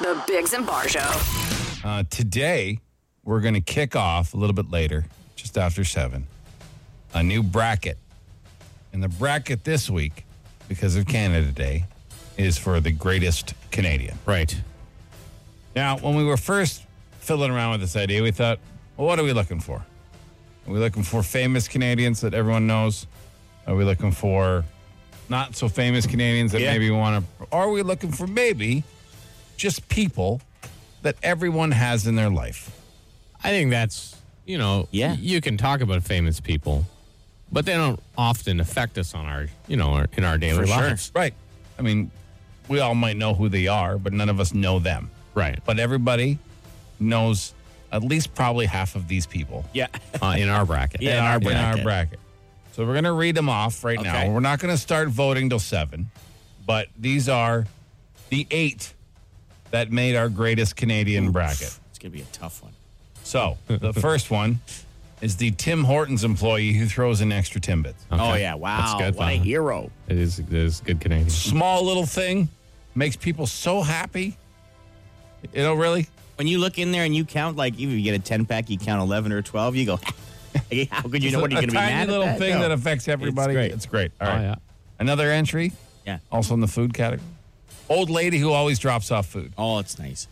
The Bigs and Bar Show. Uh, today, we're going to kick off a little bit later, just after seven, a new bracket. And the bracket this week, because of Canada Day, is for the greatest Canadian. Right. Now, when we were first fiddling around with this idea, we thought, well, what are we looking for? Are we looking for famous Canadians that everyone knows? Are we looking for not so famous Canadians that Yeah. maybe want to? Are we looking for maybe just people that everyone has in their life? I think that's, you know, Yeah. you can talk about famous people, but they don't often affect us on our, you know, our, in our daily For sure. lives. Right. I mean, we all might know who they are, but none of us know them. Right. But everybody knows at least probably half of these people. Yeah. Uh, in our bracket. Yeah. in our in our bracket. bracket. So we're going to read them off right now. Okay. We're not going to start voting till seven, but these are the eight that made our greatest Canadian bracket. It's going to be a tough one. So the first one is the Tim Hortons employee who throws in extra Timbits. Okay. Oh, yeah. Wow. That's good. what a though. hero. It is, it is good Canadian. Small little thing makes people so happy. You know, really? When you look in there and you count, like, even if you get a 10 pack, you count 11 or 12, you go, how could you know what a you're going to tiny be mad little at? that? thing No. that affects everybody. great. It's great. All Oh, right. yeah. Another entry, yeah. also in the food category. Old lady who always drops off food. Oh, it's nice.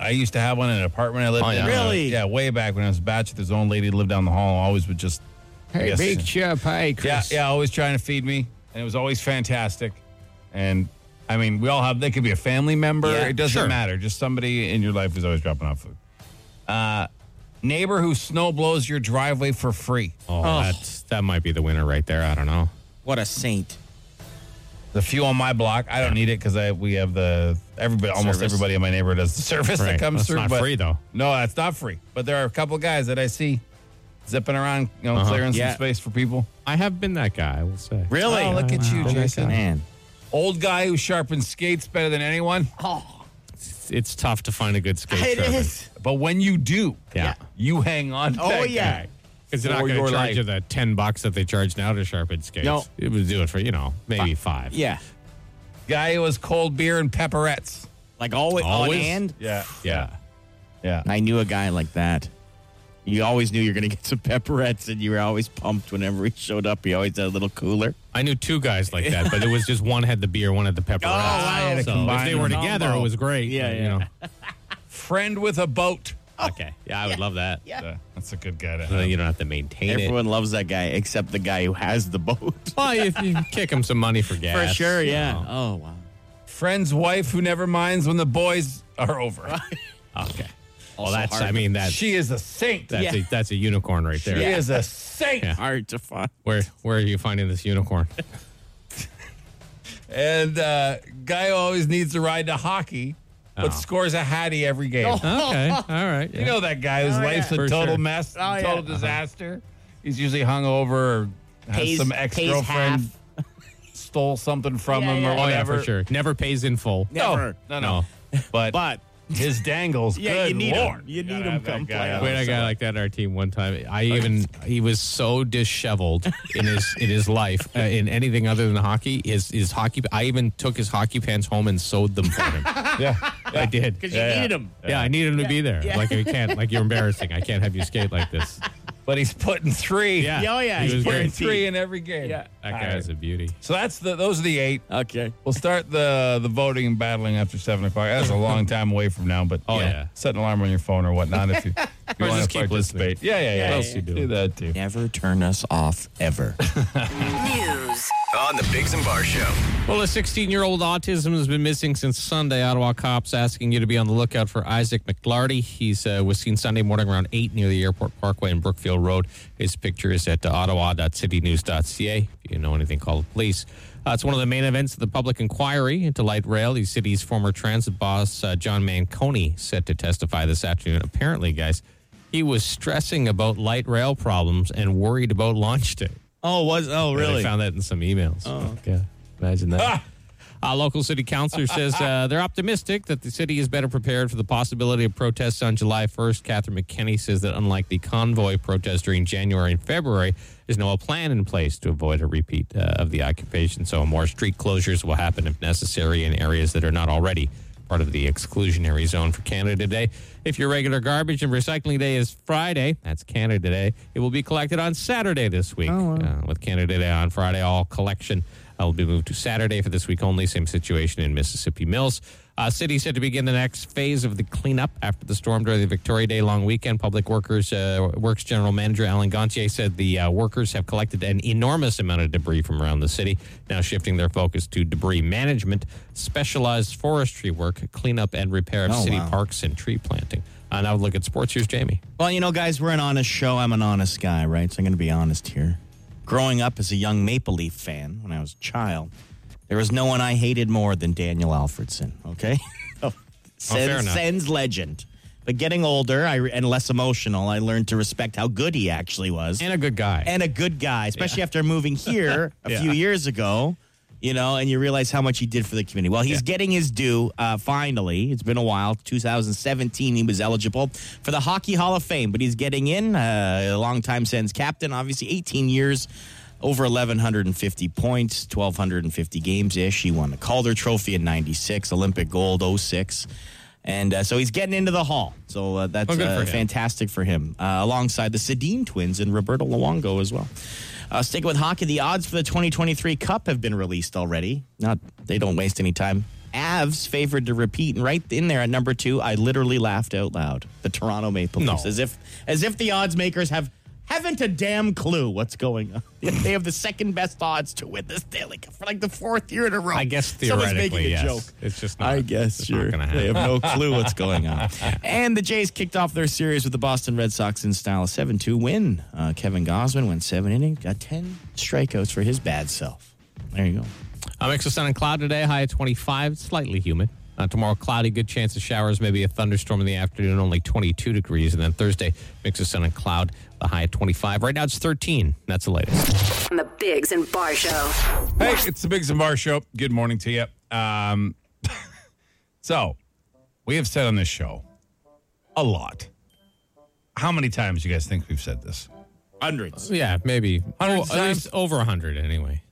I used to have one in an apartment I lived Oh, in. yeah. Really? Yeah, way back when I was a bachelor, there's one lady who lived down the hall. Always would just. I guess- chip. Hey, Yeah, yeah, always trying to feed me, and it was always fantastic. And I mean, we all have. They could be a family member. Yeah, it doesn't sure. matter. Just somebody in your life who's always dropping off food. Uh, neighbor who snow blows your driveway for free. Oh, That's, that might be the winner right there. I don't know. What a saint. The few on my block, I don't need it because I we have the everybody almost Service. everybody in my neighborhood has the service that Right. comes That's through. not but- free, though. No, that's not free. But there are a couple guys that I see zipping around, you know, Uh-huh. clearing Yeah. some space for people. I have been that guy, I will say. Really? Oh, look at you, Wow. Jason. Man. Old guy who sharpens skates better than anyone. Oh. It's, it's tough to find a good skate It Trevor. is. But when you do, Yeah. you hang on. To Oh, that yeah. guy. Because they're not For going to your charge life. you the 10 bucks that they charge now to sharpen skates. No. It would do it for, you know, maybe five. Yeah. Guy who has cold beer and pepperettes. Like always, Always? on hand. Yeah, Yeah. yeah. I knew a guy like that. You always knew you were going to get some pepperettes, and you were always pumped whenever he showed up. He always had a little cooler. I knew two guys like that, but it was just one had the beer, one had the pepper. Oh, wow. Oh, So if combined they were them. together, it was great. Yeah, but, yeah. You know. Friend with a boat. Okay. Yeah, I would love that. Yeah. Yeah, that's a good guy to So have. you don't have to maintain it. Everyone loves that guy except the guy who has the boat. Well, if you kick them some money for gas. you know. Oh, wow. Friend's wife who never minds when the boys are over. Okay. Well, Also that's, hard I mean, that's, she is a saint. that's, Yeah. a, that's a unicorn right there. She is a saint. Hard to find. Where, where are you finding this unicorn? And uh, guy who always needs to ride to hockey, but Oh. scores a hattie every game. okay. All right. You know that guy whose Oh, life's a For total sure. mess, Oh, total Uh-huh. disaster. He's usually hungover or has Pays- some pays ex girlfriend stole something from him or Oh, yeah, whatever. for sure. Never pays in full. No, Never. no, no. But, But his dangles, Yeah, good you need 'em. lord, You need gotta 'em have that come guy play out. We had a guy like that in our team one time. I even he was so disheveled in his in his life uh, in anything other than hockey. His his hockey. I even took his hockey pants home and sewed them for him. Yeah, I did because you needed him. Yeah, I needed him to be there. Like I can't. Like you're embarrassing. I can't have you skate like this. but he's putting three. Yeah. Oh, yeah, He he's was putting great. three- Three in every game. Yeah. That All guy right. is a beauty. So that's the those are the eight. Okay. We'll start the the voting and battling after seven o'clock. That's a long time away from now, but Oh, you know, yeah. set an alarm on your phone or whatnot if you, if you Or want just to keep listening. participate. Yeah, yeah, yeah. What else you do doing? that too. Never turn us off, ever. News. On the Bigs and Bar Show. Well, a 16 year old autism has been missing since Sunday. Ottawa cops asking you to be on the lookout for Isaac McLarty. He's uh, was seen Sunday morning around 8 near the airport parkway in Brookfield Road. His picture is at uh, ottawa.citynews.ca. If you know anything, call the police. Uh, it's one of the main events of the public inquiry into light rail. The city's former transit boss, uh, John Manconi, set to testify this afternoon. Apparently, guys, he was stressing about light rail problems and worried about launch day. oh, was oh I really? found that in some emails. Oh, okay. Imagine that. A Uh, local city councilor says uh, they're optimistic that the city is better prepared for the possibility of protests on July 1st. Catherine McKinney says that unlike the convoy protest during January and February, there's no plan in place to avoid a repeat uh, of the occupation. So more street closures will happen if necessary in areas that are not already part of the exclusionary zone for Canada Day. If your regular garbage and recycling day is Friday, that's Canada Day, it will be collected on Saturday this week. Uh, with Canada Day on Friday, all collection uh, will be moved to Saturday for this week only. Same situation in Mississippi Mills. Uh, city set to begin the next phase of the cleanup after the storm during the Victoria Day long weekend. Public Workers uh, Works General Manager Alan Gontier said the uh, workers have collected an enormous amount of debris from around the city, now shifting their focus to debris management, specialized forestry work, cleanup and repair of Oh, city wow. parks, and tree planting. Uh, now look at sports. Here's Jamie. Well, you know, guys, we're an honest show. I'm an honest guy, right? So I'm going to be honest here. Growing up as a young Maple Leaf fan when I was a child, there was no one I hated more than Daniel Alfredson, okay? Oh. fair Sens, enough. Sens legend. But getting older I, and less emotional, I learned to respect how good he actually was And a good guy. and a good guy, especially after moving here a few years ago. You know, and you realize how much he did for the community. Well, he's getting his due uh, finally. It's been a while. 2017, he was eligible for the Hockey Hall of Fame, but he's getting in. Uh, a long time since captain, obviously 18 years, over 1,150 points, 1,250 games ish. He won the Calder Trophy in '96, Olympic gold '06, and uh, so he's getting into the Hall. So uh, that's Oh, good uh, for him. fantastic fantastic for him, uh, alongside the Sedin twins and Roberto Luongo as well. Uh, sticking with hockey, the odds for the 2023 Cup have been released already. Not they don't waste any time. Avs favored to repeat, and right in there at number two, I literally laughed out loud. The Toronto Maple No. Leafs, as if as if the odds makers have haven't a damn clue what's going on. they have the second best odds to win this Stanley Cup for like the fourth year in a row. I guess Someone's theoretically, making a yes. joke. It's just not. I guess it's sure. not going to happen. They have no clue what's going on. and the Jays kicked off their series with the Boston Red Sox in style, a 7-2 win. Uh, Kevin Gosman went seven innings, got 10 strikeouts for his bad self. There you go. A mix of sun and cloud today, high at 25, slightly humid. Uh, tomorrow, cloudy, good chance of showers, maybe a thunderstorm in the afternoon, only 22 degrees. And then Thursday, mix of sun and cloud, the high at 25. Right now, it's 13. That's the latest. On the Bigs and Bar Show. Hey, it's the Big and Bar Show. Good morning to you. Um, so, we have said on this show a lot. How many times do you guys think we've said this? Hundreds. Yeah, maybe. Hundred Oh, at times? least over 100 anyway.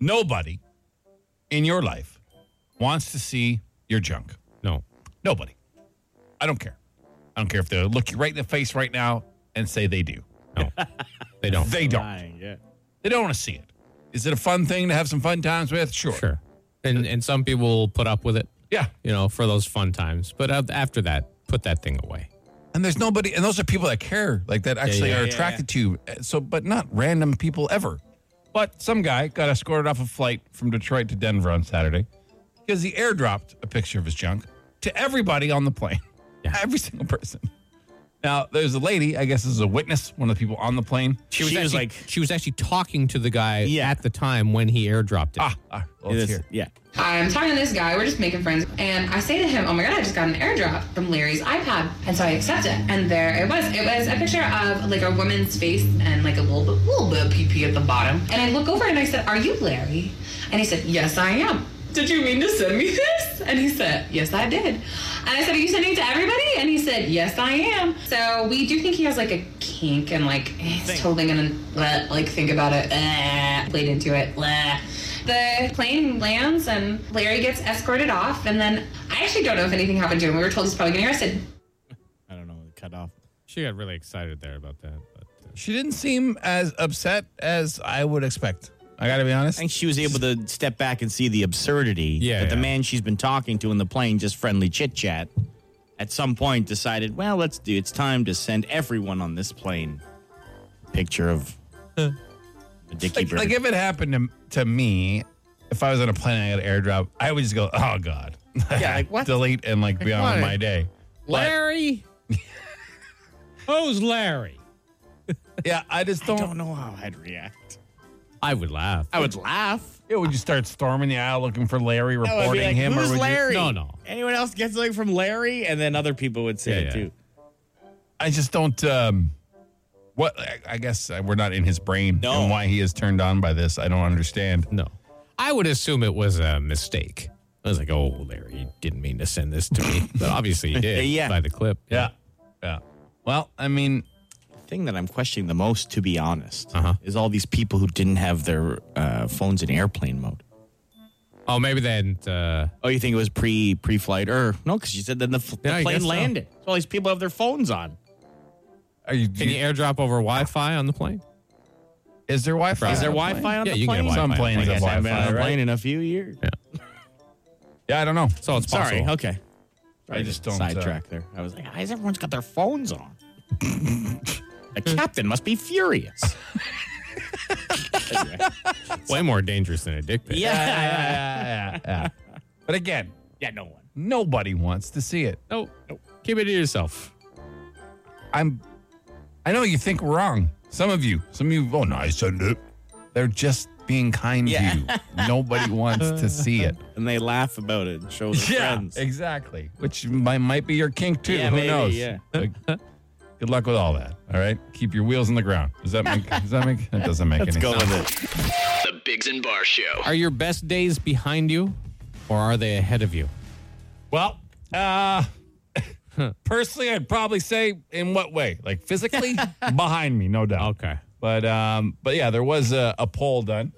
Nobody in your life wants to see your junk. No. Nobody. I don't care. I don't care if they look you right in the face right now and say they do. No. they don't. They don't. Fine, yeah. They don't want to see it. Is it a fun thing to have some fun times with? Sure. Sure. And, and some people will put up with it, Yeah. you know, for those fun times. But af- after that, put that thing away. And there's nobody, and those are people that care, like that actually yeah, are yeah, attracted to you. Uh, So, but not random people ever. But some guy got escorted off a flight from Detroit to Denver on Saturday because he airdropped a picture of his junk to everybody on the plane, Yeah. every single person. Now, there's a lady, I guess this is a witness, one of the people on the plane. She was, actually, like, she was actually talking to the guy Yeah. at the time when he airdropped it. Ah, ah let's this- hear. yeah. Hi, I'm talking to this guy. We're just making friends. And I say to him, Oh my God, I just got an airdrop from Larry's iPad. And so I accept it. And there it was. It was a picture of like a woman's face and like a little bit, little bit of pee pee at the bottom. And I look over and I said, Are you Larry? And he said, Yes, I am. Did you mean to send me this? And he said, Yes, I did. And I said, Are you sending it to everybody? And he said, Yes, I am. So we do think he has like a kink and like he's totally gonna uh, like think about it, uh, played into it. uh. The plane lands and Larry gets escorted off, and then I actually don't know if anything happened to him. We were told he's probably getting arrested. I don't know. it Cut off. She got really excited there about that. But, uh, She didn't seem as upset as I would expect. I got to be honest. I think she was able to step back and see the absurdity Yeah, that the yeah. man she's been talking to in the plane, just friendly chit chat, at some point decided, well, let's do it's time to send everyone on this plane a picture of the Dickie like, Bird. like if it happened to, to me, if I was on a plane and I got an airdrop, I would just go, oh God. Yeah, like, what? Delete and like be on with what? my day. Larry? Who's Larry? Yeah, I just don't, don't know how I'd react. I would laugh. I would laugh. Yeah, would you start storming the aisle looking for Larry, reporting him or would you- No, no. Anyone else gets something from Larry? And then other people would say Yeah, it yeah. too. I just don't um what I- I guess uh, we're not in his brain No. and why he is turned on by this. I don't understand. No. I would assume it was a mistake. I was like, oh, Larry, you didn't mean to send this to me. But obviously you did Yeah. by the clip. Yeah. Yeah. Well, I mean, The thing that I'm questioning the most, to be honest, Uh-huh. is all these people who didn't have their uh, phones in airplane mode. Oh, maybe they hadn't. Uh, Oh, you think it was pre pre flight or no? Because you said then the, f- the Yeah, I guess plane so. landed. So. all these people have their phones on. Are you, can you airdrop over Wi Fi on the plane? is there Wi Fi? Is there Wi Fi on Yeah, the you can plane? have Some Wi-Fi. planes I have guess I haven't been on Wi-Fi, a plane right? in a few years. Yeah, I don't know. So it's possible. Sorry. Okay. I just don't. uh, sidetrack there. I was like, why has everyone's got their phones on? the captain must be furious. Way more dangerous than a dick pic. yeah, yeah, yeah. But again, yeah, no one. nobody wants to see it. No, Oh, keep it to yourself. I'm. I know you think we're wrong. Some of you. Some of you. Oh, no, I send it. They're just being kind to you. Nobody wants to see it. And they laugh about it and show their friends. exactly. Which might, might be your kink too. Yeah, Who maybe, knows? yeah. Like, good luck with all that. All right. Keep your wheels on the ground. Does that make? does that make? That doesn't make Let's any go sense. with it. The Bigs and Bar Show. Are your best days behind you or are they ahead of you? Well, uh, personally, I'd probably say in what way? Like physically behind me, no doubt. Okay. But um, but yeah, there was a, a poll done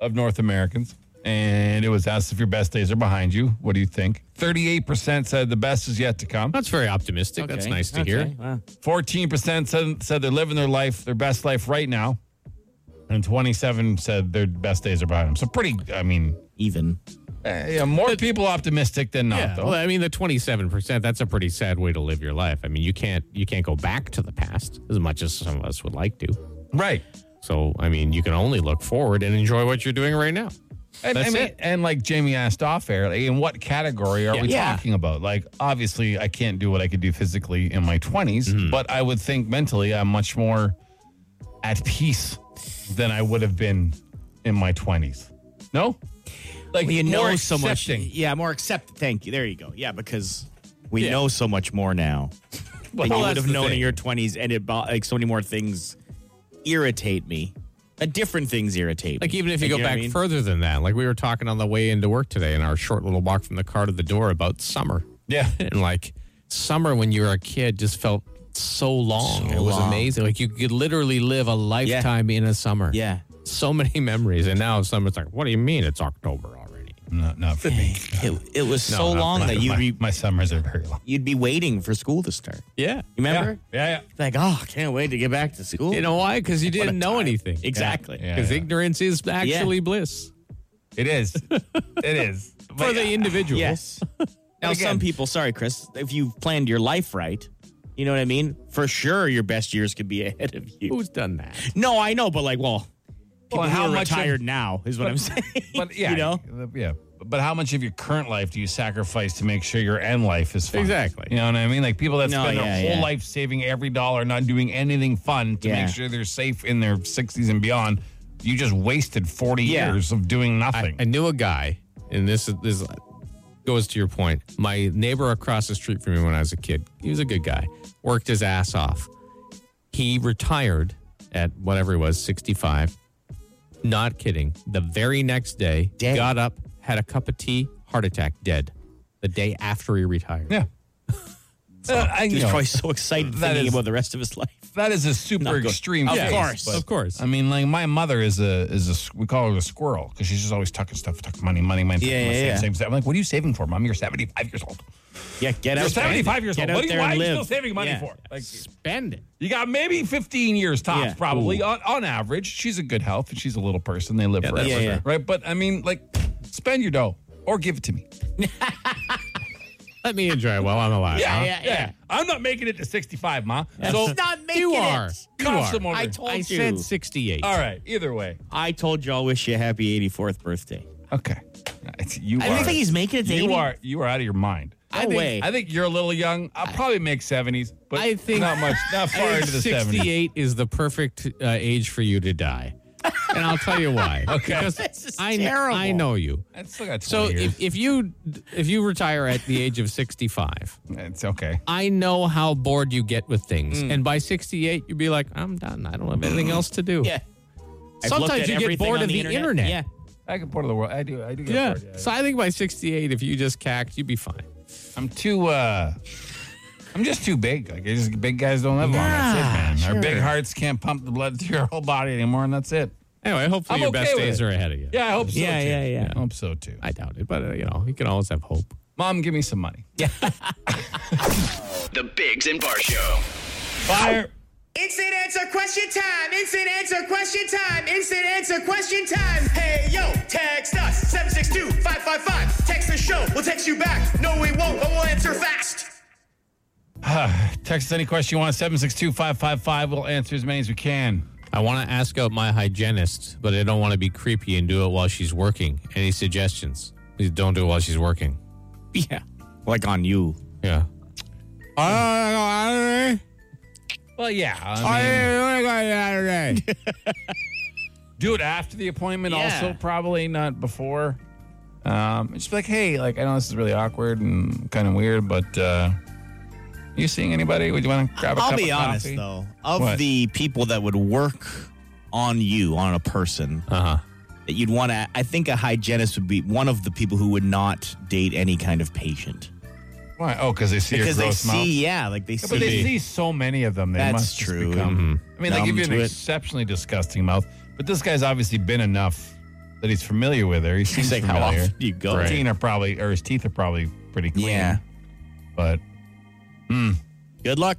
of North Americans, and it was asked if your best days are behind you. What do you think? Thirty-eight percent said the best is yet to come. That's very optimistic. That's Okay, nice to okay, hear. wow. Fourteen percent said said they're living their life, their best life right now, and twenty-seven said their best days are behind them. So pretty. I mean, Even. eh, yeah, more people optimistic than not. Yeah, though. well, I mean, the twenty-seven percent—that's a pretty sad way to live your life. I mean, you can't you can't go back to the past as much as some of us would like to. right. So, I mean, you can only look forward and enjoy what you're doing right now. And, That's I mean, it. and like Jamie asked off air, like, in what category are we Yeah. talking about? Like, obviously, I can't do what I could do physically in my 20s, Mm-hmm. but I would think mentally I'm much more at peace than I would have been in my 20s. No? Like, Well, you more know so much. accepting. Yeah, more accept. Thank you. There you go. Yeah, because we know so much more now. than Well, you that's would have the known in thing. your 20s, and it bo- like so many more things irritate me. Uh, different things irritate me. Like, even if you go know what back I mean? further than that, like we were talking on the way into work today in our short little walk from the car to the door about summer. Yeah. and like summer when you were a kid just felt so long. So it was long. amazing. Like you could literally live a lifetime in a summer. Yeah. So many memories. And now summer's like, what do you mean it's October already? No, not for me. It, it was so No, not long for me. that you'd my, be, my summers are very long. you'd be waiting for school to start. Yeah. Remember? Yeah, yeah. Like, oh, can't wait to get back to school. You know why? Because you didn't know anything. exactly. Yeah. Because ignorance is actually bliss It is. it is. for the individual. Yes. now, Again. some people, sorry, Chris, if you've planned your life right, you know what I mean? For sure, your best years could be ahead of you. Who's done that? No, I know, but like, well, people how who are much of- retired now is what I'm saying. But yeah, you know, yeah. But how much of your current life do you sacrifice to make sure your end life is fun? Exactly. You know what I mean? Like people that No, spend yeah, their whole yeah. life saving every dollar, not doing anything fun to Yeah. make sure they're safe in their 60s and beyond. You just wasted 40 Yeah. years of doing I, nothing. I knew a guy, and this is- this goes to your point. My neighbor across the street from me when I was a kid, he was a good guy, worked his ass off. He retired at whatever he was, 65. Not kidding. The very next day, Dead. got up, had a cup of tea, heart attack, dead. The day after he retired. yeah. Uh, I, he you was know, probably so excited That thinking is- about the rest of his life. that is a super good. extreme Of case, course. but- Of course. I mean, like my mother is a is a s- we call her a squirrel because she's just always tucking stuff, tucking money, money, money. Yeah, tucking yeah, money, yeah. Same, same, same. I'm like, what are you saving for, mom? You're 75 years old. Yeah, get out. You're there. 75 years Get old. out What are you, there why are and you live. still saving money Yeah. for? Like, Spend it. you got maybe 15 years tops, Yeah. probably Ooh. on, on average. She's a good health and she's a little person. They live forever, that's Yeah, yeah. right? But I mean, like, spend your dough or give it to me. Let me enjoy it while I'm alive. huh? yeah. I'm not making it to 65, ma. That's not making You it. are. You Cough are. some more. I told I you. said 68. all right. Either way, I told you I'll wish you a happy 84th birthday. okay. It's- you I are, don't think he's making it to You 80. are you are out of your mind. No I think, way. I think you're a little young. I'll probably make 70s, but I think- not much, not far into the 70s. 68 is the perfect uh, age for you to die. And I'll tell you why. Okay. Because This is I, terrible. I know you. I still got 20 So years. if, if you if you retire at the age of 65, it's okay. I know how bored you get with things. Mm. And by 68, you'd be like, I'm done. I don't have anything else to do. Yeah. I've looked Sometimes at you get everything bored on of the, internet. Yeah. I can port of the world. I do. I do. Get Yeah. bored, yeah. So I think by 68, if you just cacked, you'd be fine. I'm too. uh I'm just too big. Like, I just big guys don't live long. That's it, man. Our big hearts can't pump the blood through your whole body anymore, and that's it. Anyway, hopefully I'm your okay best with days it. are ahead of you. Yeah, I hope so. Yeah, too. yeah, yeah. I hope so too. I doubt it, but uh, you know, you can always have hope. Mom, give me some money. The Bigs and Bar Show. Fire. Instant answer question time. Instant answer question time. Instant answer question time. Hey yo, text us 762-555. Text the show. We'll text you back. No, we won't, but we'll answer fast. Text us any question you want, 762 555. We'll answer as many as we can. I want to ask out my hygienist, but I don't want to be creepy and do it while she's working. Any suggestions? Please don't do it while she's working. Yeah. Like on you. Yeah. I Well, yeah. I Uh, mean, do it after the appointment, Yeah. also, probably not before. Um, just be like, hey, like, I know this is really awkward and kind of weird, but uh, you seeing anybody? Would you want to grab a I'll cup be of honest coffee? though, of What? the people that would work on you on a person Uh huh. that you'd want to, I think a hygienist would be one of the people who would not date any kind of patient Why? Oh, because they see your because they gross see, mouth. yeah, like they see. Yeah, but they see so many of them. They That's must just true. Mm-hmm. Become, I mean, they Numb give you an to it. exceptionally disgusting mouth, but this guy's obviously been enough that he's familiar with her. He seems like, how familiar. often do you go? His teeth are probably, or his teeth are probably pretty clean. yeah. But Good luck.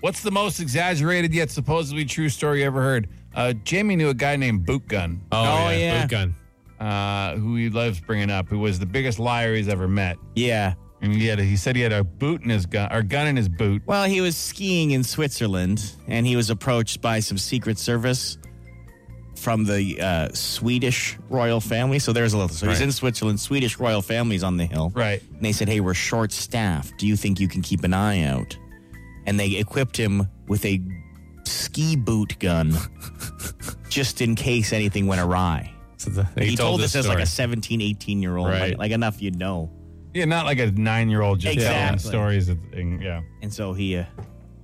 what's the most exaggerated yet supposedly true story you ever heard? Uh, Jamie knew a guy named Boot Gun. Oh, yeah. Boot gun. uh, who he loves bringing up, who was the biggest liar he's ever met. Yeah. And he had, a, he said he had a boot in his gun, or gun in his boot. Well, he was skiing in Switzerland and he was approached by some Secret Service from the uh, Swedish royal family. So there's a little. So he's Right. in Switzerland, Swedish royal family's on the hill. Right. And they said, hey, we're short staffed. Do you think you can keep an eye out? And they equipped him with a ski boot gun just in case anything went awry. So the, He, told, us this as like a 17, 18 year old. Right. Like, like enough you'd know. Yeah, not like a nine year old just telling Exactly. stories. Of, and, yeah. And so he uh,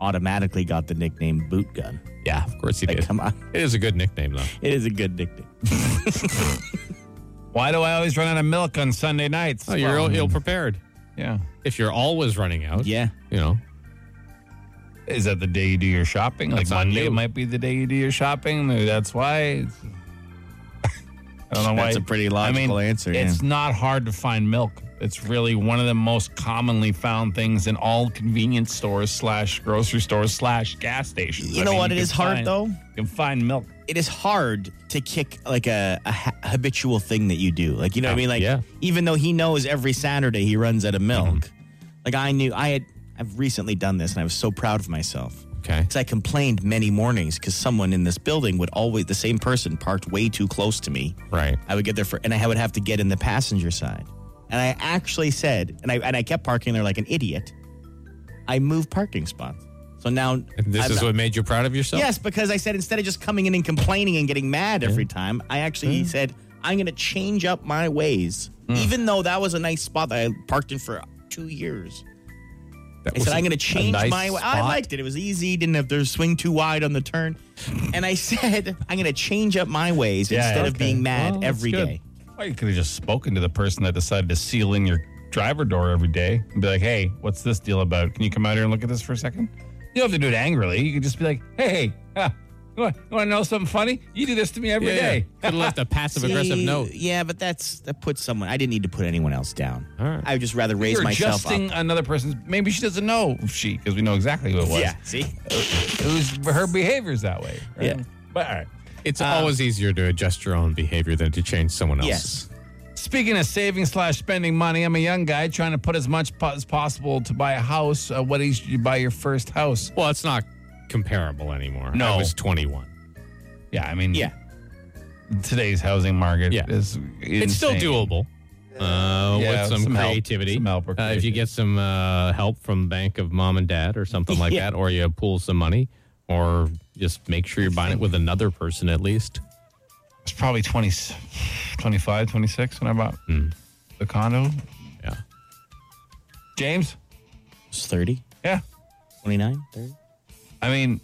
automatically got the nickname Boot Gun. Yeah, of course he Like, did. come on. It is a good nickname, though. It is a good nickname. Why do I always run out of milk on Sunday nights? Oh, you're Well, ill prepared. yeah. If you're always running out, Yeah. you know, Is that the day you do your shopping? Like That's on Monday you. might be the day you do your shopping. Maybe that's why. I don't know why. That's a pretty logical answer, yeah. It's not hard to find milk. It's really one of the most commonly found things in all convenience stores slash grocery stores slash gas stations. You know what? It can is hard, find- though? You can find milk. It is hard to kick like a, a ha- habitual thing that you do. Like, you know what I mean? Like, Yeah. even though he knows every Saturday he runs out of milk, Mm-hmm. like I knew I had, I've recently done this and I was so proud of myself. okay. Because I complained many mornings because someone in this building would always, the same person parked way too close to me. Right. I would get there for, and I would have to get in the passenger side. And I actually said, and I and I kept parking there like an idiot. I moved parking spots. So now And this I'm is not- what made you proud of yourself? Yes, because I said instead of just coming in and complaining and getting mad every time, I actually said I'm going to change up my ways. Mm. Even though that was a nice spot that I parked in for two years, That I was said a- I'm going to a change nice my way. I spot. liked it. It was easy. Didn't have to swing too wide on the turn. and I said I'm going to change up my ways Yeah, instead of okay. being mad Well, that's every good. day. Well, you could have just spoken to the person that decided to seal in your driver door every day and be like, hey, what's this deal about? Can you come out here and look at this for a second? You don't have to do it angrily. You could just be like, hey, hey, ah, you want to know something funny? You do this to me every Yeah, day. yeah. Could have left a passive aggressive See, note. Yeah, but that's that puts someone. I didn't need to put anyone else down. All right. I would just rather raise You're myself adjusting up. another person's. Maybe she doesn't know she because we know exactly who it was. Yeah. See. it was her behavior's that way. right? Yeah. But all right. It's always easier to adjust your own behavior than to change someone else's. uh, Yes. Speaking of saving slash spending money, I'm a young guy trying to put as much po- as possible to buy a house. Uh, what age did you buy your first house? Well, it's not comparable anymore. No. I was 21. Yeah, I mean, Yeah. today's housing market Yeah. is It's still insane. doable. Uh, Yeah, with some, some help. creativity. Some help or Uh, if creativity. you get some uh, help from bank of mom and dad or something like Yeah. that, or you pool some money, or just make sure you're buying it with another person at least. It's probably 20, 25, 26 when I bought Hmm. the condo. Yeah. James? It's 30, Yeah. 29, 30. I mean,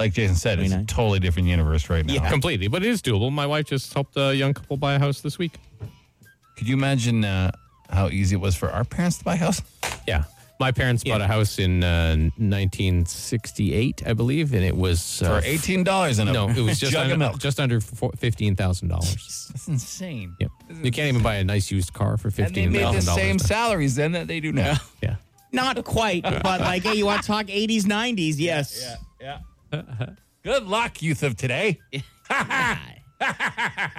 like Jason said, it's a 29. totally different universe right now. Completely, but it is doable. My wife just helped a young couple buy a house this week. Could you imagine uh, how easy it was for our parents to buy a house? Yeah. My parents bought a house in uh, 1968, I believe, and it was uh, For eighteen dollars in a No, it was just jug under, of milk. just under four- fifteen thousand dollars. That's insane. Yep, you can't even buy a nice used car for And they fifteen made the thousand same dollars. salaries then that they do now. Yeah, Not quite, but like, hey, you want to talk 80s, 90s? Yes. Yeah. Good luck, youth of today.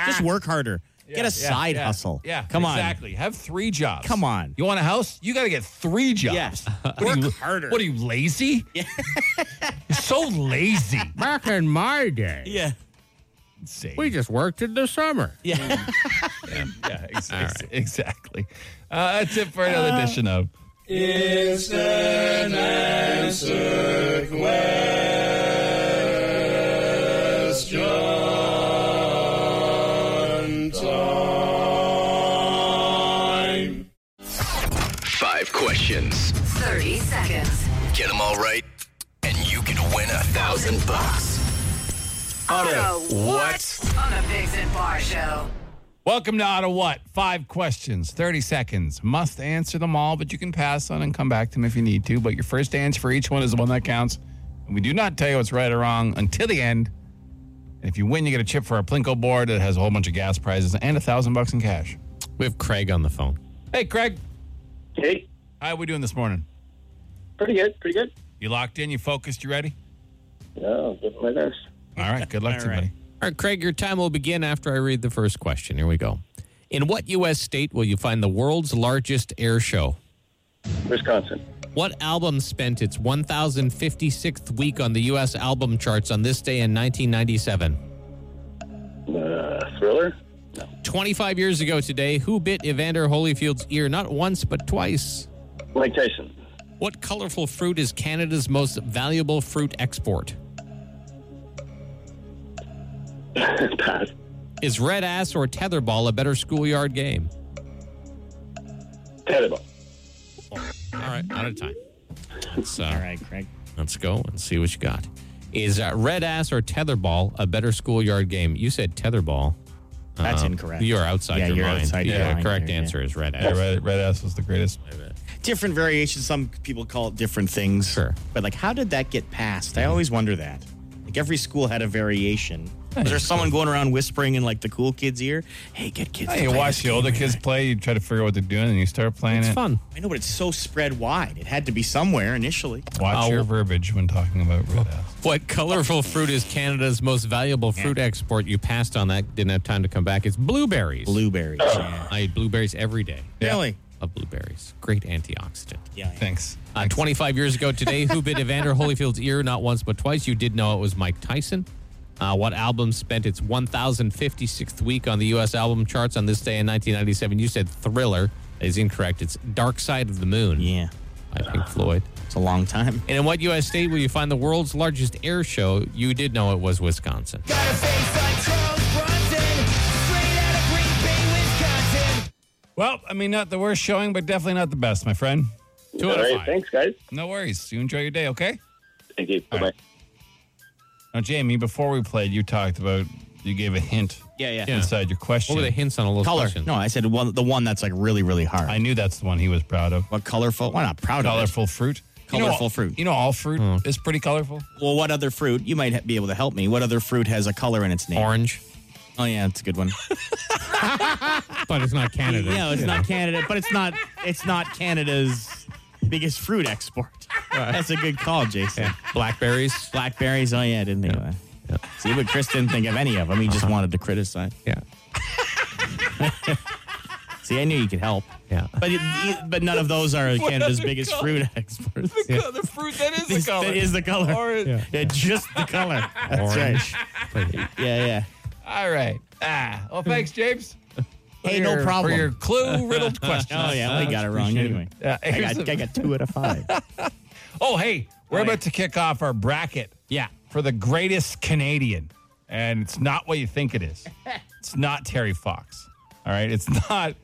Just work harder. Get a side yeah, hustle. Yeah. Come on. Exactly. Have three jobs. Come on. You want a house? You got to get three jobs. Yes. Work harder. What are you lazy? You're so lazy. back in my day, Yeah. Insane. just worked in the summer. Yeah. yeah, exactly. Exactly. Uh, that's it for another edition of. Five questions. 30 seconds. Get them all right, and you can win a thousand bucks. Auto what? On the Bigs and Bar Show. Welcome to Auto What? Five questions, 30 seconds. Must answer them all, but you can pass on and come back to them if you need to. But your first answer for each one is the one that counts. And we do not tell you what's right or wrong until the end. And if you win, you get a chip for our Plinko board that has a whole bunch of gas prizes and a thousand bucks in cash. We have Craig on the phone. Hey, Craig, Hey, how are we doing this morning? pretty good, pretty good. You locked in, you focused, you ready? Yeah, I'll give it my best. All right, good luck to you, right. buddy. All right, Craig, your time will begin after I read the first question. Here we go. In what U.S. state will you find the world's largest air show? Wisconsin, What album spent its 1,056th week on the U.S. album charts on this day in 1997? uh, Thriller, 25 years ago today, who bit Evander Holyfield's ear not once but twice? Mike Tyson, What colorful fruit is Canada's most valuable fruit export? pass, Is red ass or tetherball a better schoolyard game? Tannenbaum. All right, out of time. Let's, uh, All right, Craig. let's go and see what you got. Is uh, red ass or tetherball a better schoolyard game? You said tetherball. That's Um, incorrect. You're outside Yeah, your you're mind. outside your yeah, mind correct here, yeah. answer is red ass. Yeah, Red, Red Ass was the greatest. different variations. Some people call it different things. Sure. But like, how did that get passed? I always wonder that. Like every school had a variation. Was there someone going around whispering in like the cool kid's ear? Hey, get kids. to you play watch this the game older every kids night." play, you try to figure out what they're doing, and you start playing It's it. fun. I know, but it's so spread wide. It had to be somewhere initially. Watch Oh. your verbiage when talking about Red Ass. What colorful fruit is Canada's most valuable fruit export? You passed on that. Didn't have time to come back. It's blueberries. Blueberries. yeah. I eat blueberries every day. Really? Love blueberries. Great antioxidant. Yeah. yeah. Thanks. Uh, 25 years ago today, who bit Evander Holyfield's ear not once but twice? You did know it was Mike Tyson. Uh, what album spent its 1,056th week on the U.S. album charts on this day in 1997? You said Thriller. That is incorrect. It's Dark Side of the Moon Yeah. by Pink Floyd. It's a long time. And in what U.S. state will you find the world's largest air show? You did know it was Wisconsin. Well, I mean, not the worst showing, but definitely not the best, my friend. Two All out of right, five. thanks, guys. No worries. You enjoy your day, okay? Thank you. Bye bye. Now, Jamie, before we played, you talked about you gave a hint Yeah, yeah. Yeah. inside your question. What were the hints on all those Color. questions? No, I said one, the one that's like really, really hard. I knew that's the one he was proud of. what colorful? Why not proud of it? Colorful fruit. You know, Colorful all- fruit. You know, all fruit is pretty colorful. Well, what other fruit? You might ha- be able to help me. What other fruit has a color in its name? Orange. Oh yeah, it's a good one. But it's not Canada. No, it's not Canada, but it's not it's not Canada's biggest fruit export. That's a good call, Jason. Blackberries. Blackberries. Oh yeah, Uh-huh. I didn't think of that. See, but Chris didn't think of any of them. He just wanted to criticize. Yeah. See, I knew you could help. Yeah. But it, but none of those are Canada's biggest color? fruit exports. The fruit that is This- That is the color. Orange. Yeah. just the color. That's Orange. right. Yeah, yeah. All right. Ah. Well, thanks, James. Hey, for no your- problem. For your clue riddled question. Oh yeah, we got it wrong anyway. Yeah, I, here's got, a- I got two out of five. Oh, hey, we're Oh, about yeah. to kick off our bracket. Yeah. For the greatest Canadian. And it's not what you think it is. it's not Terry Fox. All right. It's not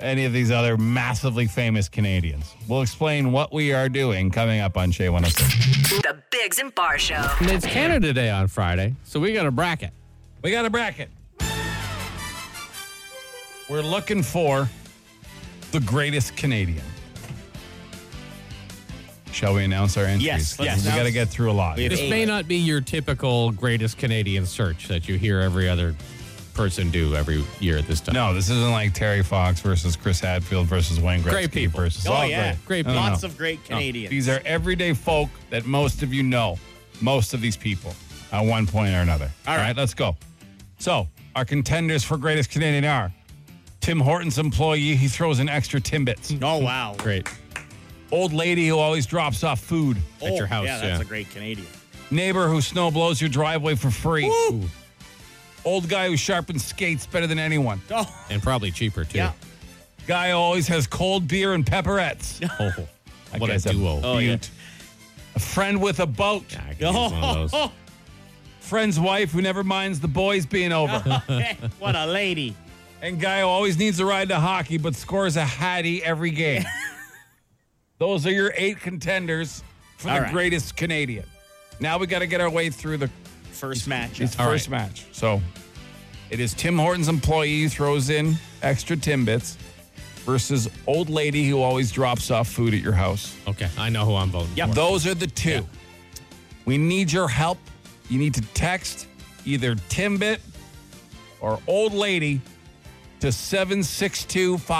any of these other massively famous Canadians. We'll explain what we are doing coming up on Shea 106. The Bigs and Bar Show. And It's Canada Day on Friday, so we got a bracket. We got a bracket. We're looking for the greatest Canadian. Shall we announce our entries? Yes, Let's- yes. We got to get through a lot. have This eight. may not be your typical greatest Canadian search that you hear every other person do every year at this time. No, this isn't like Terry Fox versus Chris Hadfield versus Wayne Gretzky Great people. versus Oh, all yeah. Great No, no, Lots no. of great No, Canadians. These are everyday folk that most of you know. Most of these people at one point or another. All right. let's go. So, our contenders for greatest Canadian are Tim Horton's employee. He throws in extra Timbits. oh, wow. Great. Old lady who always drops off food. Oh, your house, Yeah, that's yeah. a great Canadian. Neighbor who snow blows your driveway for free. Old guy who sharpens skates better than anyone. Oh, And probably cheaper, too. yeah. Guy who always has cold beer and pepperettes. Oh, That what a guy's duo. Oh, yeah. beaut. A friend with a boat. Yeah, I could use one of those. Oh, Friend's wife who never minds the boys being over. what a lady. and guy who always needs a ride to hockey but scores a hattie every game. Those are your eight contenders for All the right. greatest Canadian. Now we got to get our way through the First match. his first match. So it is Tim Horton's employee who throws in extra Timbits versus old lady who always drops off food at your house. Okay, I know who I'm voting Yep. for. Those are the two. We need your help. You need to text either Timbit or Old Lady to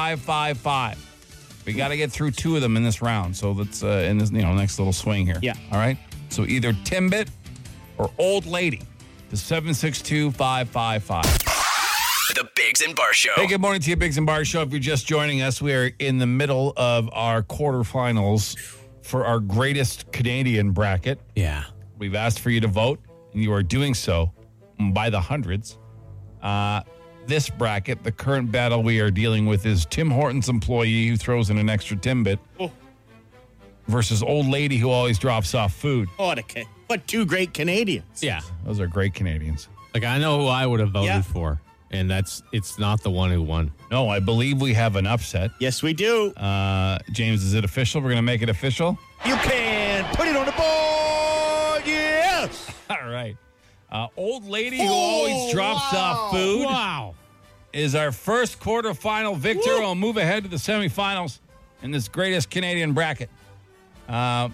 762555. We got to get through two of them in this round. So that's uh, in this, you know, next little swing here. Yeah. All right. So E either Timbit or Old Lady to 762555. The Bigs and Bar Show. Hey, good morning to you, Biggs and Bar Show. If you're just joining us, we are in the middle of our quarterfinals for our greatest Canadian bracket. Yeah. We've asked for you to vote, and you are doing so by the hundreds. Uh, this bracket, the current battle we are dealing with is Tim Horton's employee who throws in an extra Timbit Oh. versus old lady who always drops off food. Oh, what, a, Ca- what two great Canadians. Yeah. Those are great Canadians. Like, I know who I would have voted Yeah. for. And that's, it's not the one who won. No, I believe we have an upset. Yes, we do. Uh, James, is it official? We're going to make it official. You can put it on the board. Yes. All right. Uh, old lady who always drops off food Wow. is our first quarterfinal victor. We'll move ahead to the semifinals in this greatest Canadian bracket. Uh,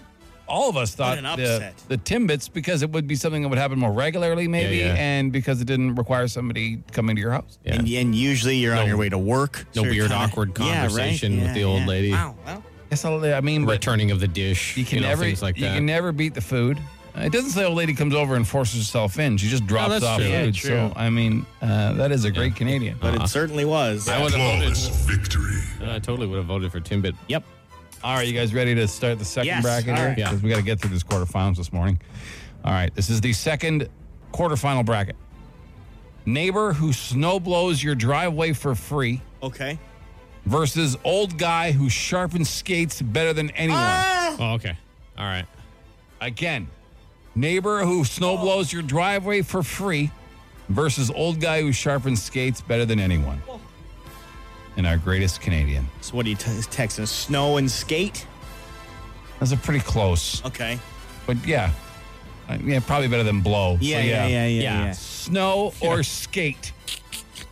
all of us thought an the, upset. the Timbits because it would be something that would happen more regularly, maybe, yeah. and because it didn't require somebody coming to your house. Yeah. And, and usually you're on your way to work. no so you're weird, kinda- awkward Yeah, right? conversation with Yeah, the old yeah. lady. Wow. Well, That's all I mean. But Returning of the dish. you can know, never things like you that. can never beat the food. Uh, It doesn't say old lady comes over and forces herself in. She just drops that's off true. Yeah, food. true. so I mean, uh, that is a great Canadian. but Uh-huh. it certainly was. I would have voted. victory. Uh, I totally would have voted for Timbit. yep. All right, you guys ready to start the second Yes. bracket All here? right. Yeah. Because we got to get through this quarterfinals this morning. All right, this is the second quarterfinal bracket. Neighbor who snow blows your driveway for free Okay. versus old guy who sharpens skates better than anyone. Ah! Oh, okay. All right. Again, neighbor who snow blows your driveway for free versus old guy who sharpens skates better than anyone. And our greatest Canadian. So what are you t- texting? Snow and skate? That's a pretty close, Okay. but yeah. Uh, Yeah, probably better than blow. So Yeah, yeah, yeah, yeah, yeah. snow or skate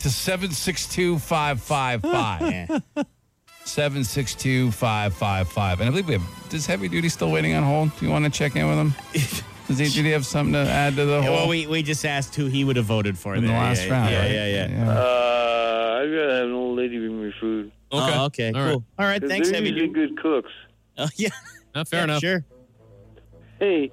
to 762-555. Yeah. 762-555. And I believe we have, is Heavy Duty still waiting on hold? Do you want to check in with him? Does he, did he have something to add to the whole well, we, we just asked who he would have voted for in the there. last yeah, round, Yeah, right? yeah, yeah. Uh, I've got to have an old lady bring me food. Okay. Oh, okay. All cool. right. All right. 'Cause Thanks, they're Heavy usually Dude. good cooks. Oh, yeah. Uh, fair yeah, enough. Sure. Hey,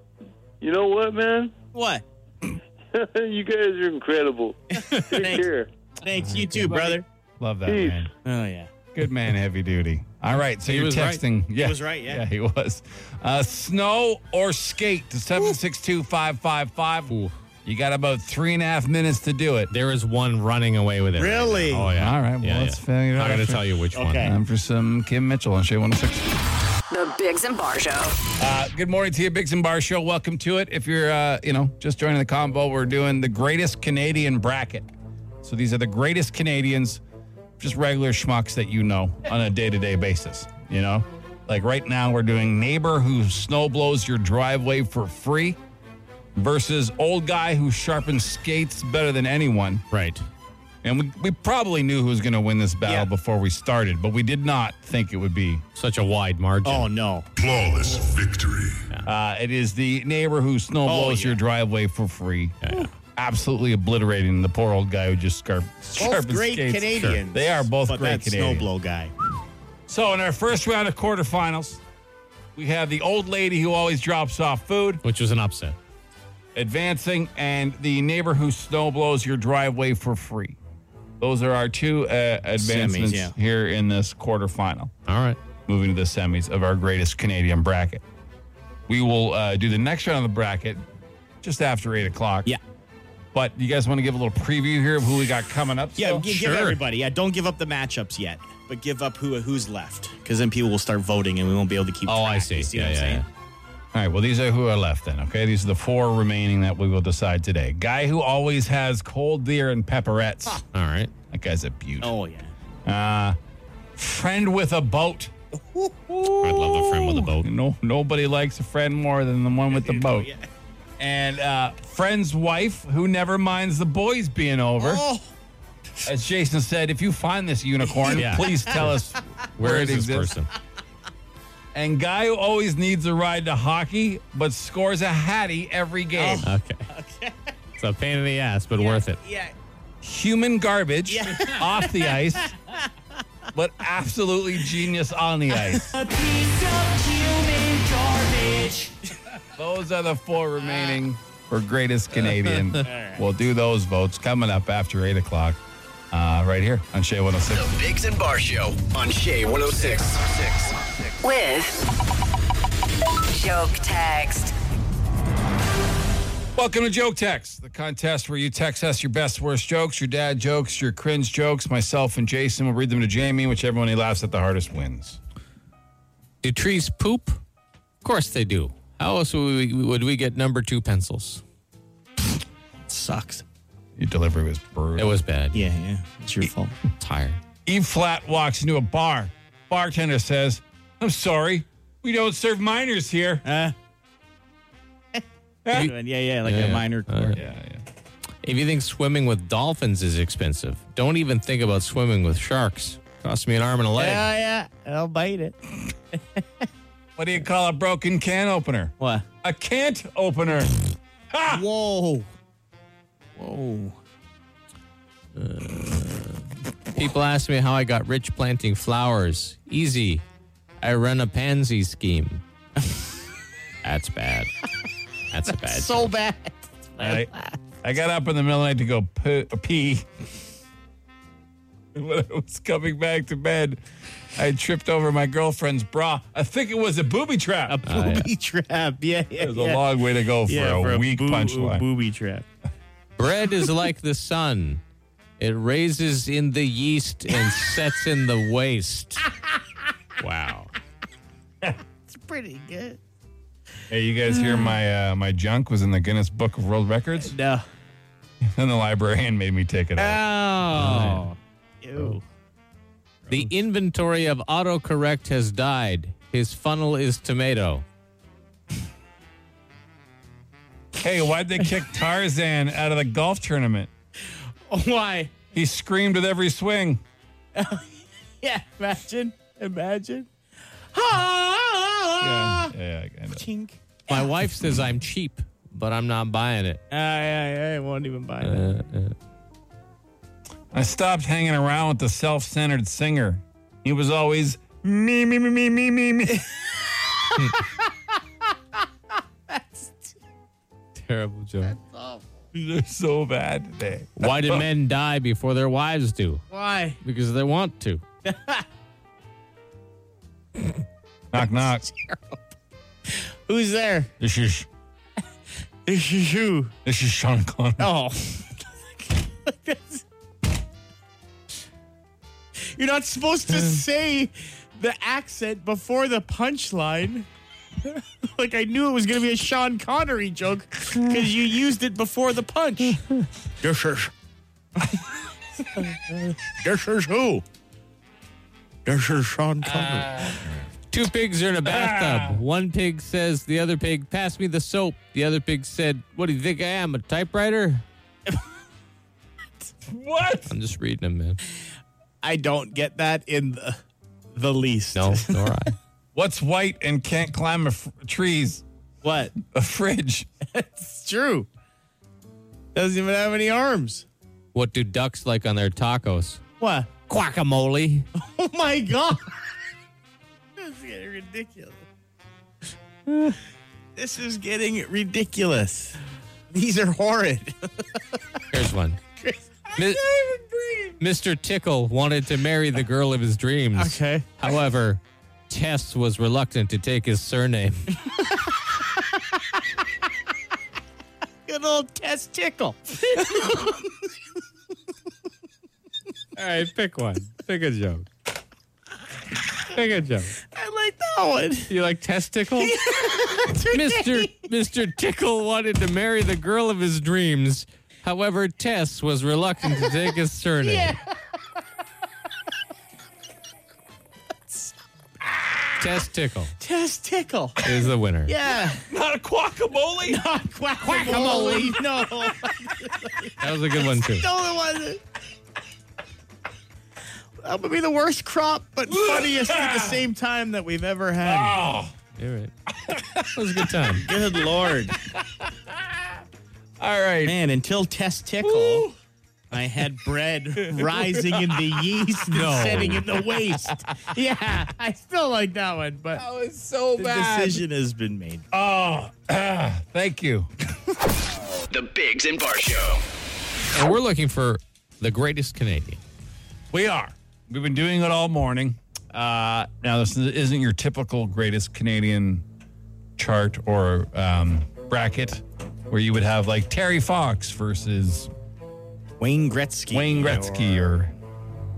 you know what, man? What? you guys are incredible. Take Thanks. care. Oh, Thanks. You too, brother. Love that, Peace. man. Oh, yeah. Good man, Heavy Duty. All right, so He you're was right. texting. Yeah, was right, yeah. Yeah, he was. Uh, snow or skate to 762-555. You got about three and a half minutes to do it. There is one running away with it. right now. Really? oh, yeah. All right, well, let's figure it out I'm going after- to tell you Uh, which Okay. one. Time for some Kim Mitchell on Shea 106. The Bigs and Bar Show. Uh, good morning to you, Biggs and Bar Show. Welcome to it. If you're, uh, you know, just joining the combo, we're doing the greatest Canadian bracket. So these are the greatest Canadians, just regular schmucks that you know on a day-to-day basis. You know, like right now we're doing neighbor who snow blows your driveway for free versus old guy who sharpens skates better than anyone. Right. And we, we probably knew who was going to win this battle Yeah. before we started, but we did not think it would be. Such a wide margin. Oh no. Flawless victory. Uh, it is the neighbor who snow Oh, blows yeah. your driveway for free. Absolutely obliterating the poor old guy who just scarp, Both sharpened great skates. Canadians. They are both but great that Canadians. snowblow guy. So in our first round of quarterfinals, we have the old lady who always drops off food Which was an upset. advancing and the neighbor who snow blows your driveway for free. Those are our two uh, advancements yeah. here in this quarterfinal. All right. Moving to the semis of our greatest Canadian bracket. We will uh, do the next round of the bracket just after eight o'clock. Yeah. But you guys want to give a little preview here of who we got coming up? Yeah, still? gi- give everybody. Yeah, don't give up the matchups yet, but give up who who's left because then people will start voting and we won't be able to keep. Oh, I track. You see. what Yeah, I'm yeah, saying? yeah. All right. Well, these are who are left then. Okay. These are the four remaining that we will decide today. Guy who always has cold beer and pepperettes. All right. That guy's a beauty. Oh yeah. Uh, friend with a boat. I'd love a friend with a boat. No, nobody likes a friend more than the one with the boat. And uh, friend's wife who never minds the boys being over. Oh, As Jason said, if you find this unicorn, Yeah. please tell us where, Where it is this exists. person? And guy who always needs a ride to hockey but scores a hattie every game. Okay. It's a pain in the ass, but worth it. yeah. Human garbage off the ice, but absolutely genius on the ice. Those are the four remaining for greatest Canadian. We'll do those votes coming up after eight o'clock, uh, right here on Shea 106. The Bigs and Bar Show on Shea 106. With joke text. Welcome to Joke Text, the contest where you text us your best, worst jokes, your dad jokes, your cringe jokes. Myself and Jason will read them to Jamie, whichever one he laughs at the hardest wins. Do trees poop? Of course they do. How else would we, would we get number two pencils? Sucks. Your delivery was brutal. It was bad. Yeah, yeah. It's your fault. Tired. Eve Flat walks into a bar. Bartender says, I'm sorry, we don't serve minors here. Uh, yeah, yeah, like Yeah, a yeah. minor All chord. Yeah, yeah. If you think swimming with dolphins is expensive, don't even think about swimming with sharks. Cost me an arm and a leg. Yeah, yeah. I'll bite it. What do you call a broken can opener? What? A can't opener. Whoa. Whoa. People ask me how I got rich planting flowers. Easy. I run a pansy scheme. That's bad. That's a bad. So bad. I, I got up in the middle of the night to go poo- pee. And when I was coming back to bed, I tripped over my girlfriend's bra. I think it was a booby trap. Booby trap. Yeah, it yeah. Oh, was a yeah. long way to go for yeah, a for weak boo- punchline. Booby trap. Bread is like the sun. It raises in the yeast and sets in the waste. Wow. It's pretty good. Hey, you guys hear my uh, my junk was in the Guinness Book of World Records, No. and the librarian made me take it out. Oh. Ew. The inventory of autocorrect has died. His funnel is tomato. Hey, why'd they kick Tarzan out of the golf tournament? Why? He screamed with every swing. Yeah. Imagine. Imagine. Yeah, Ah! yeah, I know. Tink. My wife says I'm cheap, but I'm not buying it. Uh, I, I, I won't even buy that. I stopped hanging around with the self-centered singer. He was always me, me, me, me, me, me, me. Terrible joke. They're so bad today. Why do men die before their wives do? Why? Because they want to. Knock, knock. Who's there? This is This is you. this is Sean Connery. Oh. That's- You're not supposed to say the accent before the punchline. like I knew it was going to be a Sean Connery joke because you used it before the punch. this is. this is who? This is Sean Connery. Two pigs are in a bathtub. One pig says, the other pig, pass me the soap. The other pig said, what do you think I am, a typewriter? What? I'm just reading them, man. I don't get that in the, the least. No, nor I. What's white and can't climb a fr- trees? What? A fridge. It's true. Doesn't even have any arms. What do ducks like on their tacos? What? Guacamole. Oh my god. this is getting ridiculous. this is getting ridiculous. These are horrid. Here's one. Mi- Mr. Tickle wanted to marry the girl of his dreams. Okay. However, Tess was reluctant to take his surname. Good old testicle. All right, pick one. Pick a joke. Pick a joke. I like that one. You like testicle? Mr. Mr. Tickle wanted to marry the girl of his dreams. However, Tess was reluctant to take his surname. Tess Tickle Testicle. is the winner. Yeah. Not a guacamole. Not guacamole. No. That was a good one too. No, it wasn't. That would be the worst crop, but funniest at the same time that we've ever had. Oh. All right. That was a good time. Good lord. All right. Man, until testicle, I had bread rising in the yeast and No. setting in the waste. Yeah, I still like that one, but That was so the decision has been made. Oh, thank you. The Bigs and Bar Show. And we're looking for the greatest Canadian. We are. We've been doing it all morning. Uh, now, this isn't your typical greatest Canadian chart or um, bracket where you would have like Terry Fox versus Wayne Gretzky. Wayne Gretzky or.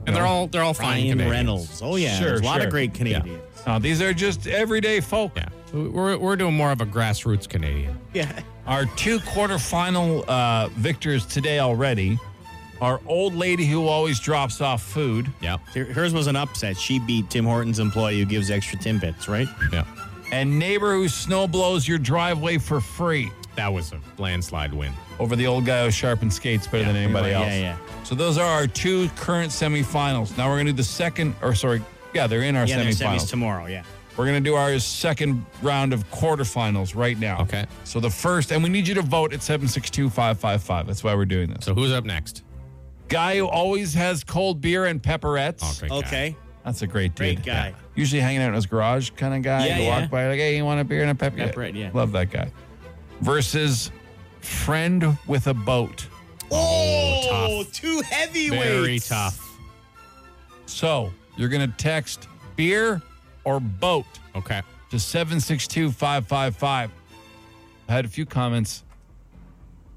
And they're all they're all fine Ryan Canadians. Reynolds. Oh, yeah. Sure, there's a lot sure. of great Canadians. No, Uh, these are just everyday folk. Yeah. We're we're doing more of a grassroots Canadian. Yeah. Our two quarterfinal uh, victors today already are old lady who always drops off food. Yeah. Here- Hers was an upset. She beat Tim Horton's employee who gives extra Timbits, right? Yeah. and neighbor who snow blows your driveway for free That was a landslide win. over the old guy who sharpens skates better than anybody yeah, else. yeah. So those are our two current semifinals. Now we're gonna do the second, or sorry, yeah, they're in our Yeah, there's semis semifinals. tomorrow, yeah. we're gonna do our second round of quarterfinals right now. Okay. So the first, and we need you to vote at seven six two five five five. That's why we're doing this. So who's up next? guy who always has cold beer and pepperettes. Oh, great guy. Okay. That's a great dude. Great guy. Usually hanging out in his garage kind of guy. Yeah, you yeah. walk by like, hey, you want a beer and a pepper? Pepperette, yeah. Love that guy. Versus friend with a boat. Oh, two heavyweights. Very tough. So you're gonna text beer or boat Okay. to seven six two five five five. I had a few comments.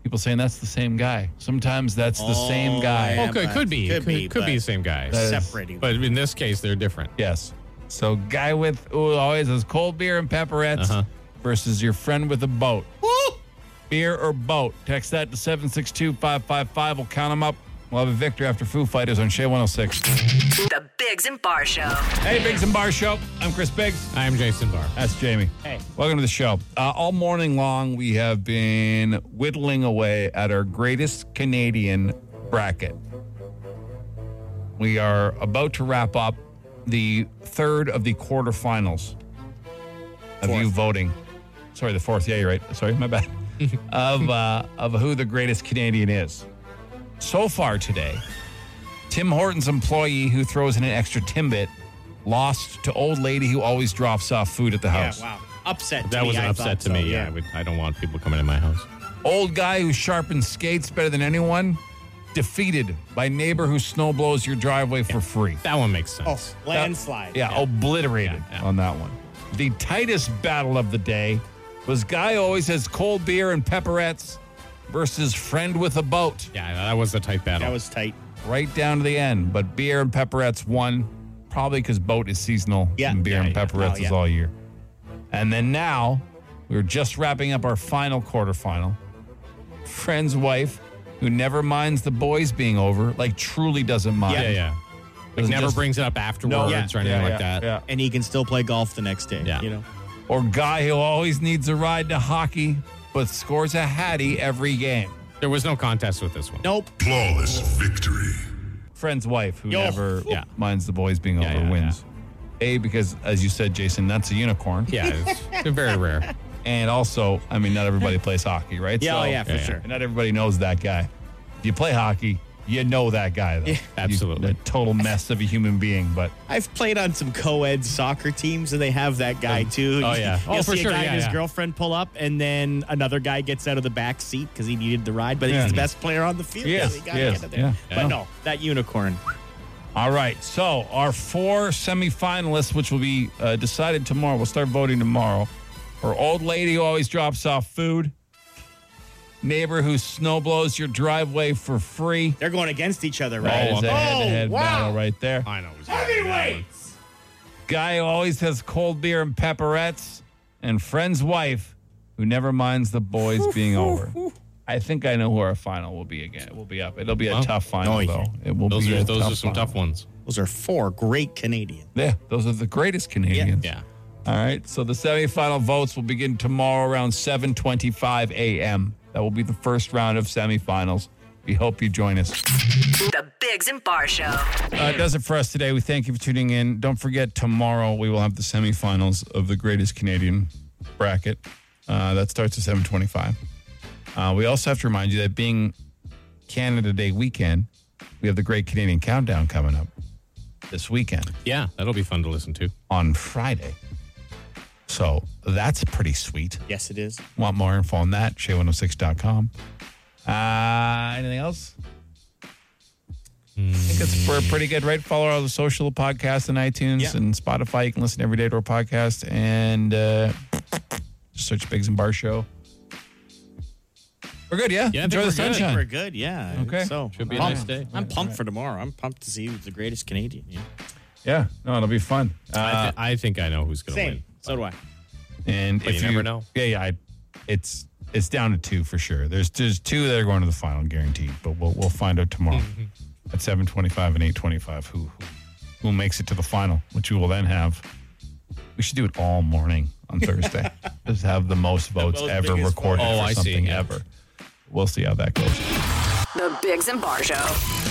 People saying that's the same guy. Sometimes that's the same Oh, guy. yeah. Okay, it could be. Could It could, be, could be but- the same guy. That is- Separating. But in this case, they're different. Yes. So guy with who always has cold beer and pepperettes Uh-huh. versus your friend with a boat. Beer or boat? Text that to 762-555. We'll count them up. We'll have a victor after Foo Fighters on Shea 106. The Bigs and Bar Show. Hey, Biggs and Bar Show. I'm Chris Biggs. I am Jason Barr. That's Jamie. Hey. Welcome to the show. Uh, all morning long, we have been whittling away at our greatest Canadian bracket. We are about to wrap up the third of the quarterfinals of you voting. Sorry, the fourth. Yeah, you're right. Sorry, my bad. of uh, of who the greatest Canadian is. So far today, Tim Horton's employee who throws in an extra timbit lost to old lady who always drops off food at the Yeah, house. wow. Upset. That to was me, an I upset thought to so, me. yeah, I, would, I don't want people coming in my house. Old guy who sharpens skates better than anyone, defeated by neighbor who snow blows your driveway for free. That one makes Oh, sense. landslide. Yeah, obliterated Yeah, yeah. on that one. The tightest battle of the day was guy who always has cold beer and pepperettes versus friend with a boat. Yeah, that was a tight battle. That was tight. Right down to the end, but beer and pepperettes won, probably because boat is seasonal Yeah, and beer yeah, and yeah. pepperettes Oh, yeah. is all year. And then now we're just wrapping up our final quarterfinal. Friend's wife, who never minds the boys being over, like truly doesn't mind. yeah, yeah. Like Doesn't never just- brings it up afterwards Yeah. or anything Yeah, like yeah, that. yeah. And he can still play golf the next day. Yeah. You know? or guy who always needs a ride to hockey but scores a hattie every game. There was no contest with this one. Nope. Flawless victory. friend's wife who Yo. never Yeah. minds the boys being Yeah, over yeah, wins. A because as you said, Jason, that's a unicorn. Yeah, it's, they're very rare. And also, I mean, not everybody plays hockey, right? Yeah, oh, yeah, for sure. And not everybody knows that guy. If you play hockey, you know that guy though. absolutely. You- a total mess of a human being, but I've played on some co-ed soccer teams, and they have that guy too. oh, yeah. You'll Oh, for see sure, A guy yeah, and his yeah. girlfriend pull up, and then another guy gets out of the back seat because he needed the ride. But Yeah. he's the best player on the field. Yes, so he gotta yes, get it there. yeah. But no, that unicorn. All right. So our four semifinalists, which will be uh, decided tomorrow, we'll start voting tomorrow. Our old lady who always drops off food, neighbor who snow blows your driveway for free. They're going against each other, That right? Oh, is a head-to-head wow. battle right there. Oh, I know. it was- Heavyweights. Guy who always has cold beer and pepperettes, and friend's wife who never minds the boys being over. I think I know who our final will be again. It will be up. It'll be a Wow. tough final, Oh, yeah. though. It will Those be are a those are some final. tough ones. Those are four great Canadians. Yeah, those are the greatest Canadians. Yeah. All right. So the semifinal votes will begin tomorrow around 7:25 a.m. That will be the first round of semifinals. We hope you join us. The Bigs and Bar Show. Uh, it does it for us today. We thank you for tuning in. Don't forget tomorrow we will have the semifinals of the greatest Canadian bracket. Uh, that starts at 7:25. Uh, we also have to remind you that being Canada Day weekend, we have the Great Canadian Countdown coming up this weekend Yeah, that'll be fun to listen to. on Friday. So that's pretty sweet. Yes, it is. Want more info on that? Shay106.com. Uh, anything else? I think it's we're pretty good, right? Follow all the social podcasts and iTunes Yeah. and Spotify. You can listen every day to our podcast and uh, just search Bigs and Bar Show. We're good, yeah? Yeah, I Enjoy the think we're good. sunshine. We're good, yeah. I think Okay. So Should be a I'm nice pumped. day. I'm pumped for tomorrow. I'm pumped to see who's the greatest Canadian. Yeah. Yeah, no, it'll be fun. Uh, I, th- I think I know who's going to Same. win. So do I. and But if you never know. Yeah, yeah. I, it's it's down to two for sure. There's there's two that are going to the final, guaranteed. But we'll we'll find out tomorrow Mm-hmm. at seven twenty five and eight twenty five who, who who makes it to the final, which we will then have. We should do it all morning on Thursday. Just have the most votes most ever biggest recorded vote. Oh, for I see, something yeah. ever. We'll see how that goes. The Bigs and Bar Show.